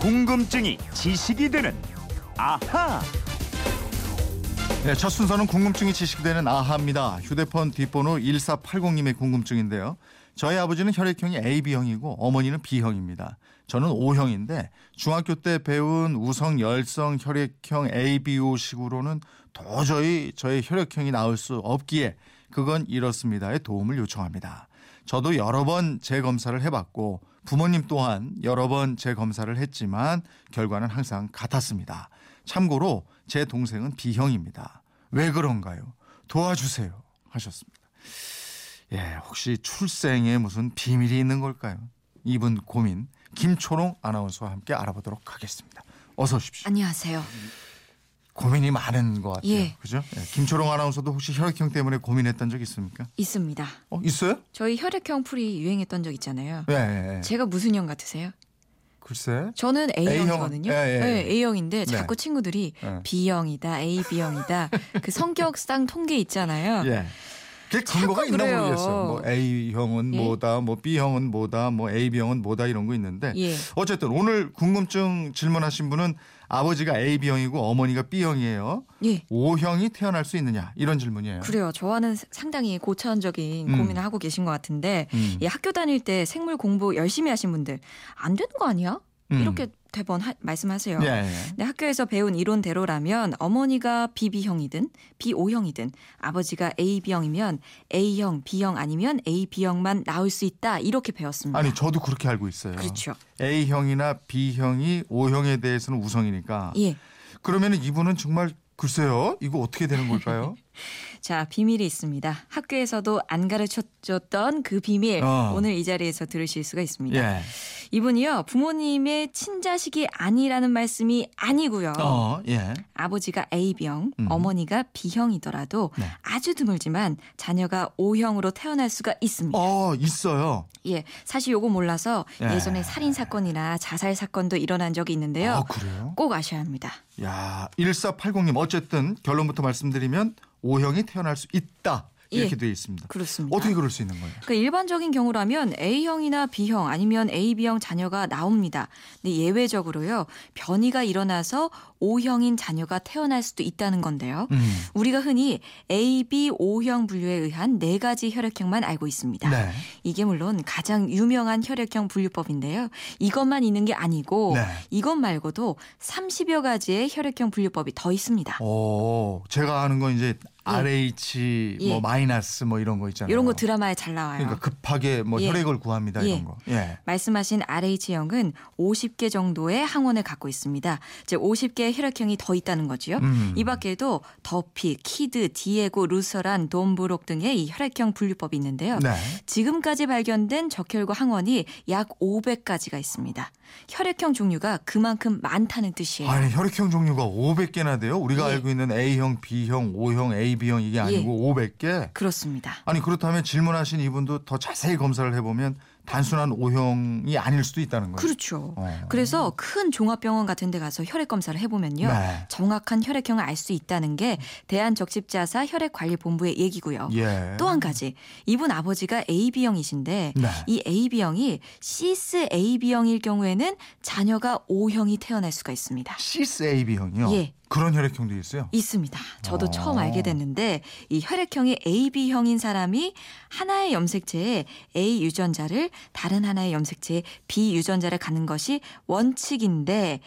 궁금증이 지식이 되는 아하. 네, 첫 순서는 궁금증이 지식되는 아하입니다. 휴대폰 뒷번호 1480님의 궁금증인데요. 저희 아버지는 혈액형이 AB형이고 어머니는 B형입니다. 저는 O형인데 중학교 때 배운 우성 열성 혈액형 ABO식으로는 도저히 저의 혈액형이 나올 수 없기에 그건 이렇습니다의 도움을 요청합니다. 저도 여러 번 재검사를 해봤고 부모님 또한 여러 번 재검사를 했지만 결과는 항상 같았습니다. 참고로 제 동생은 B형입니다. 왜 그런가요? 도와주세요. 하셨습니다. 예, 혹시 출생에 무슨 비밀이 있는 걸까요? 이분 고민 김초롱 아나운서와 함께 알아보도록 하겠습니다. 어서 오십시오. 안녕하세요. 고민이 많은 것 같아요. 예. 그죠? 예, 김초롱 아나운서도 혹시 혈액형 때문에 고민했던 적 있습니까? 있습니다. 어, 있어요? 저희 혈액형 풀이 유행했던 적 있잖아요. 예, 예, 예. 제가 무슨 형 같으세요? 글쎄. 저는 A형이거든요. A형. 예, 예, 예. 네, A형인데 자꾸 네. 친구들이 예. B형이다, AB형이다. 그 성격상 통계 있잖아요. 예. 그게 근거가 자꾸 있나 그래요. 모르겠어요. 뭐 A 형은 예? 뭐다, 뭐 B 형은 뭐다, 뭐 A B 형은 뭐다 이런 거 있는데 예. 어쨌든 오늘 궁금증 질문하신 분은 아버지가 A B 형이고 어머니가 B 형이에요. 예. O 형이 태어날 수 있느냐 이런 질문이에요. 그래요. 저와는 상당히 고차원적인 음. 고민을 하고 계신 것 같은데 음. 예, 학교 다닐 때 생물 공부 열심히 하신 분들 안 되는 거 아니야? 음. 이렇게 대번 하- 말씀하세요. 예, 예. 네, 학교에서 배운 이론대로라면 어머니가 BB형이든 BO형이든 아버지가 AB형이면 A형, B형 아니면 AB형만 나올 수 있다 이렇게 배웠습니다. 아니 저도 그렇게 알고 있어요. 그렇죠. A 형이나 B 형이 O 형에 대해서는 우성이니까. 예. 그러면 이분은 정말 글쎄요, 이거 어떻게 되는 걸까요? 자, 비밀이 있습니다. 학교에서도 안 가르쳐 줬던 그 비밀 어. 오늘 이 자리에서 들으실 수가 있습니다. 예. 이분이요. 부모님의 친자식이 아니라는 말씀이 아니고요. 어, 예. 아버지가 A형, 음. 어머니가 B형이더라도 네. 아주 드물지만 자녀가 O형으로 태어날 수가 있습니다. 어, 있어요. 예, 사실 요거 몰라서 예. 예. 전에 살인 사건이나 자살 사건도 일어난 적이 있는데요. 아, 그래요? 꼭 아셔야 합니다. 야, 1480님 어쨌든 결론부터 말씀드리면 O형이 태어날 수 있다. 이렇게 예. 돼 있습니다. 그렇습니다. 어떻게 그럴 수 있는 거예요? 그 일반적인 경우라면 A형이나 B형 아니면 AB형 자녀가 나옵니다. 근데 예외적으로요. 변이가 일어나서 O형인 자녀가 태어날 수도 있다는 건데요. 음. 우리가 흔히 AB, O형 분류에 의한 네 가지 혈액형만 알고 있습니다. 네. 이게 물론 가장 유명한 혈액형 분류법인데요. 이것만 있는 게 아니고 네. 이것 말고도 30여 가지의 혈액형 분류법이 더 있습니다. 어, 오, 제가 아는 건 이제 RH 뭐 예. 마이너스 뭐 이런 거 있잖아요. 이런 거 드라마에 잘 나와요. 그러니까 급하게 뭐 예. 혈액을 구합니다 예. 이런 거. 예. 말씀하신 RH형은 50개 정도의 항원을 갖고 있습니다. 이제 50개의 혈액형이 더 있다는 거지요. 음. 이 밖에도 더피, 키드, 디에고, 루서란, 돈브록 등의 이 혈액형 분류법이 있는데요. 네. 지금까지 발견된 적혈구 항원이 약 500가지가 있습니다. 혈액형 종류가 그만큼 많다는 뜻이에요. 아니 혈액형 종류가 500개나 돼요. 우리가 예. 알고 있는 A형, B형, O형, AB형 이게 아니고 500개. 그렇습니다. 아니 그렇다면 질문하신 이분도 더 자세히 검사를 해보면 단순한 O형이 아닐 수도 있다는 거예요. 그렇죠. 어. 그래서 큰 종합병원 같은 데 가서 혈액 검사를 해보면요. 네. 정확한 혈액형을 알 수 있다는 게 대한적십자사 혈액관리본부의 얘기고요. 예. 또 한 가지 이분 아버지가 AB형이신데 네. 이 AB형이 시스 AB형일 경우에는 자녀가 O형이 태어날 수가 있습니다. 시스 AB 형이요. 예. 그런 혈액형도 있어요. 있습니다. 저도 어. 처음 알게 됐는데 이 혈액형이 AB형인 사람이 하나의 염색체에 A 유전자를 다른 하나의 염색체에 B 유전자를 갖는 것이 원칙인데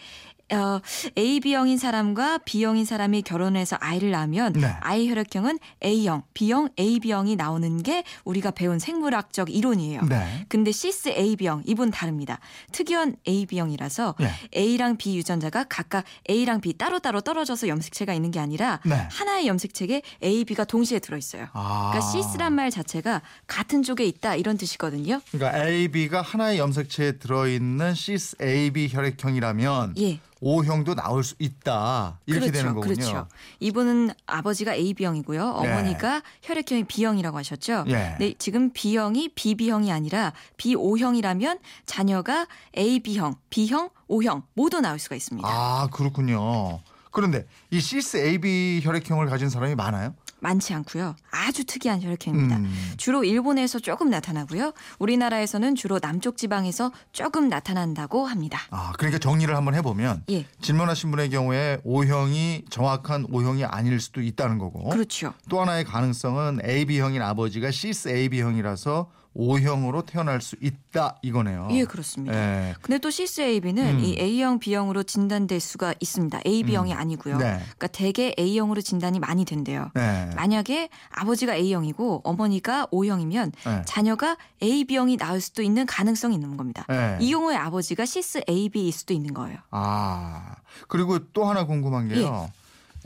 어, AB형인 사람과 B형인 사람이 결혼해서 아이를 낳으면 네. 아이 혈액형은 A형, B형, AB형이 나오는 게 우리가 배운 생물학적 이론이에요. 네. 근데 시스 AB형 이분 다릅니다. 특이한 AB형이라서 예. A랑 B 유전자가 각각 A랑 B 따로따로 떨어져서 염색체가 있는 게 아니라 네. 하나의 염색체에 A, B가 동시에 들어 있어요. 아. 그러니까 시스란 말 자체가 같은 쪽에 있다 이런 뜻이거든요. 그러니까 AB가 하나의 염색체에 들어있는 시스 AB 혈액형이라면 예. O형도 나올 수 있다. 이렇게 그렇죠, 되는 거군요. 그렇죠. 이분은 아버지가 AB형이고요. 네. 어머니가 혈액형이 B형이라고 하셨죠. 예. 네, 지금 B형이 BB형이 아니라 BO형이라면 자녀가 AB형, B형, O형 모두 나올 수가 있습니다. 아 그렇군요. 그런데 이 시스 AB 혈액형을 가진 사람이 많아요? 많지 않고요. 아주 특이한 혈액형입니다. 음. 주로 일본에서 조금 나타나고요. 우리나라에서는 주로 남쪽 지방에서 조금 나타난다고 합니다. 아, 그러니까 정리를 한번 해보면 예. 질문하신 분의 경우에 O형이 정확한 O형이 아닐 수도 있다는 거고 그렇죠. 또 하나의 가능성은 AB형인 아버지가 시스 AB형이라서 O형으로 태어날 수 있다 이거네요. 예, 어. 그렇습니다. 예. 근데 또 실수 AB는 음. 이 A형, B형으로 진단될 수가 있습니다. AB형이 아니고요. 네. 그러니까 대개 A형으로 진단이 많이 된대요. 네. 만약에 아버지가 A형이고 어머니가 O형이면 네. 자녀가 AB형이 낳을 수도 있는 가능성이 있는 겁니다. 네. 이 경우에 아버지가 시스 AB일 수도 있는 거예요. 아 그리고 또 하나 궁금한 게요.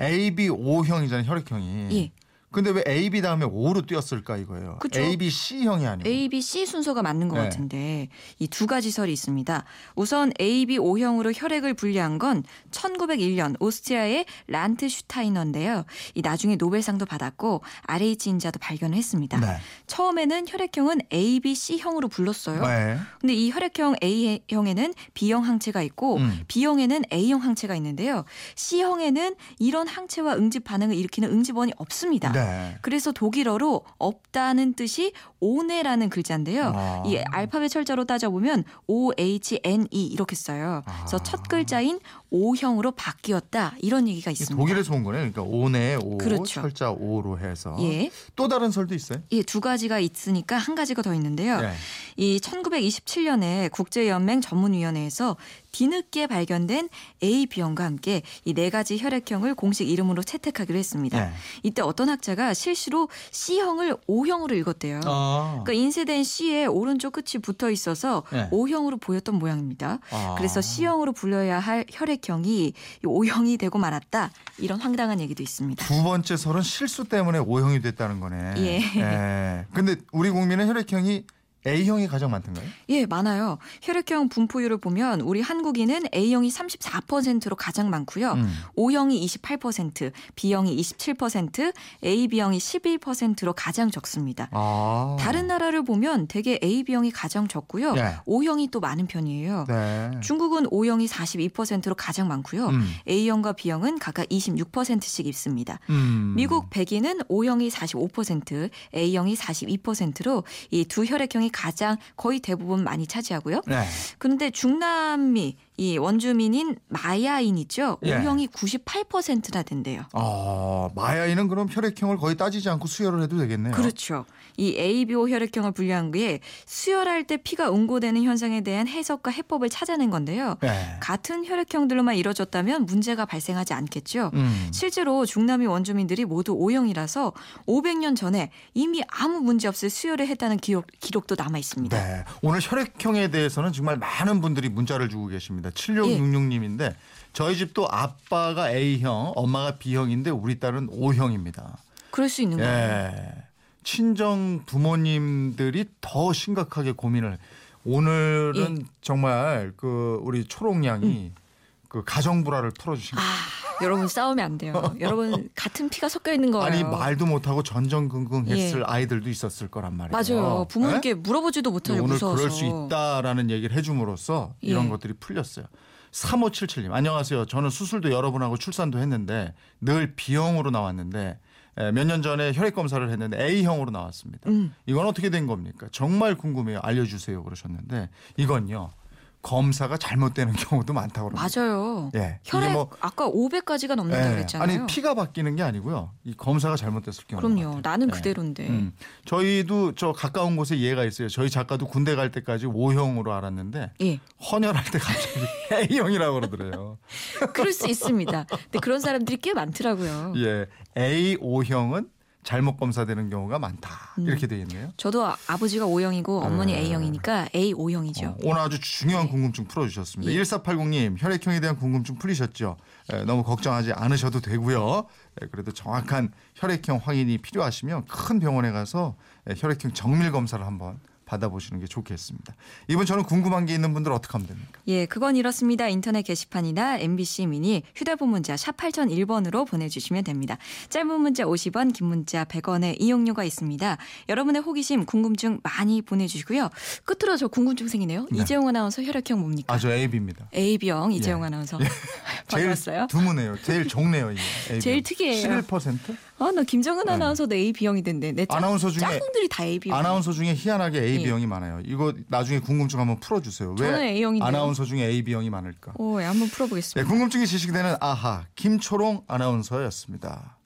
AB O형이잖아요 혈액형이. 예. 근데 왜 AB 다음에 O로 뛰었을까 이거예요. 그쵸. ABC형이 아니고. A, B, C 순서가 맞는 것 음. 네. 같은데 이 두 가지 설이 있습니다. 우선 A, B, O형으로 혈액을 분리한 건 1901년 오스트리아의 란트 슈타이너인데요. 이 나중에 노벨상도 받았고 RH 인자도 발견을 했습니다. 네. 처음에는 혈액형은 A, B, C형으로 불렀어요. 네. 근데 이 혈액형 A형에는 B형 항체가 있고 음. B형에는 A형 항체가 있는데요. C형에는 이런 항체와 응집 반응을 일으키는 응집원이 없습니다. 네. 그래서 독일어로 없다는 뜻이 오네라는 글자인데요. 어, 예, 아. 이 알파벳 철자로 따져보면 O H N E 이렇게 써요. 그래서 아. 첫 글자인 O형으로 바뀌었다 이런 얘기가 이게 있습니다. 독일에서 온 거네요. 그러니까 오네 오 그렇죠. 철자 오로 해서 예, 또 다른 설도 있어요. 예, 두 가지가 있으니까 한 가지가 더 있는데요. 네. 이 1927년에 국제연맹 전문위원회에서 뒤늦게 발견된 AB형과 함께 이 네 가지 혈액형을 공식 이름으로 채택하기로 했습니다. 네. 이때 어떤 학자가 실수로 C형을 O형으로 읽었대요. 아. 그러니까 인쇄된 C의 오른쪽 끝이 붙어 있어서 네. O형으로 보였던 모양입니다. 아. 그래서 C형으로 불려야 할 혈액형이 이 O형이 되고 말았다. 이런 황당한 얘기도 있습니다. 두 번째 설은 실수 때문에 O형이 됐다는 거네. 예. 예. 근데 우리 국민은 혈액형이 A형이 가장 많던가요? 예, 많아요. 혈액형 분포율을 보면 우리 한국인은 A형이 34%로 가장 많고요. 음. O형이 28%, B형이 27%, AB형이 11%로 가장 적습니다. 아. 다른 나라를 보면 대개 AB형이 가장 적고요. 네. O형이 또 많은 편이에요. 네. 중국은 O형이 42%로 가장 많고요. 음. A형과 B형은 각각 26%씩 있습니다. 음. 미국 백인은 O형이 45%, A형이 42%로 이 두 혈액형이 가장 거의 대부분 많이 차지하고요. 네. 그런데 중남미 이 원주민인 마야인 있죠. 예. O형이 98%나 된대요. 아 마야인은 그럼 혈액형을 거의 따지지 않고 수혈을 해도 되겠네요. 그렇죠. 이 ABO 혈액형을 분류한 게 수혈할 때 피가 응고되는 현상에 대한 해석과 해법을 찾아낸 건데요. 네. 같은 혈액형들로만 이루어졌다면 문제가 발생하지 않겠죠. 음. 실제로 중남미 원주민들이 모두 O형이라서 500년 전에 이미 아무 문제 없이 수혈을 했다는 기록, 기록도 남아 있습니다. 네. 오늘 혈액형에 대해서는 정말 많은 분들이 문자를 주고 계십니다. 7666님인데 저희 집도 아빠가 A형, 엄마가 B형인데 우리 딸은 O형입니다. 그럴 수 있는 거예요. 예. 친정 부모님들이 더 심각하게 고민을 오늘은 예. 정말 그 우리 초롱양이 그 가정 불화를 풀어 주신 음. 아, 여러분 싸우면 안 돼요. 여러분 같은 피가 섞여 있는 거예요. 아니 말도 못 하고 전전긍긍했을 예. 아이들도 있었을 거란 말이에요. 맞아요. 부모님께 예? 물어보지도 못하고 오늘 무서워서. 그럴 수 있다라는 얘기를 해줌으로써 이런 예. 것들이 풀렸어요. 3577님 안녕하세요. 저는 수술도 여러분하고 출산도 했는데 늘 B형으로 나왔는데 몇 년 전에 혈액 검사를 했는데 A형으로 나왔습니다. 음. 이건 어떻게 된 겁니까? 정말 궁금해요. 알려주세요 그러셨는데 이건요 검사가 잘못되는 경우도 많다고 그럽니다. 맞아요. 예, 이게 혈액 뭐- 아까 500까지가 넘는다고 예, 그랬잖아요. 아니 피가 바뀌는 게 아니고요. 이 검사가 잘못됐을 경우. 그럼요. 나는 예. 그대로인데. 음. 저희도 저 가까운 곳에 예가 있어요. 저희 작가도 군대 갈 때까지 O형으로 알았는데 예. 헌혈할 때 갑자기 A형이라고 그러더래요. 그럴 수 있습니다. 근데 그런 사람들이 꽤 많더라고요. 예, AO형은 잘못 검사되는 경우가 많다. 음. 이렇게 돼 있네요. 저도 아- 아버지가 O형이고 어머니 음. A형이니까 A5형이죠. 어, 오늘 아주 중요한 궁금증 풀어주셨습니다. 그렇죠. 예. 1480님 혈액형에 대한 궁금증 풀리셨죠? 에, 너무 걱정하지 않으셔도 되고요. 에, 그래도 정확한 혈액형 확인이 필요하시면 큰 병원에 가서 에, 혈액형 정밀 검사를 한번 받아보시는 게 좋겠습니다. 이번 저는 궁금한 게 있는 분들 어떻게 하면 됩니까? 예, 그건 이렇습니다. 인터넷 게시판이나 MBC 미니 휴대폰 문자 샵 8001번으로 보내주시면 됩니다. 짧은 문자 50원, 긴 문자 100원의 이용료가 있습니다. 여러분의 호기심, 궁금증 많이 보내주시고요. 끝으로 저 궁금증 생기네요. 네. 이재용 아나운서 혈액형 뭡니까? 아, 저 AB입니다. AB형 이재용 아나운서. 예. 제일 바꿨어요? 드문해요. 제일 적네요. 이게. 제일 특이해요. 11%? 어, 아, 나 김정은 아나운서도 AB형이 된대. 내 짝- 네. 아나운서 중에- 짝꿍들이 다 AB형. 아나운서 중에 희한하게 AB형이 많아요. 이거 나중에 궁금증 한번 풀어주세요. 왜 예. 저는 A형인데요. 아나운서 중에 AB형이 많을까? 오, 예, 한번 풀어보겠습니다. 네, 궁금증이 지식되는 아하 김초롱 아나운서였습니다.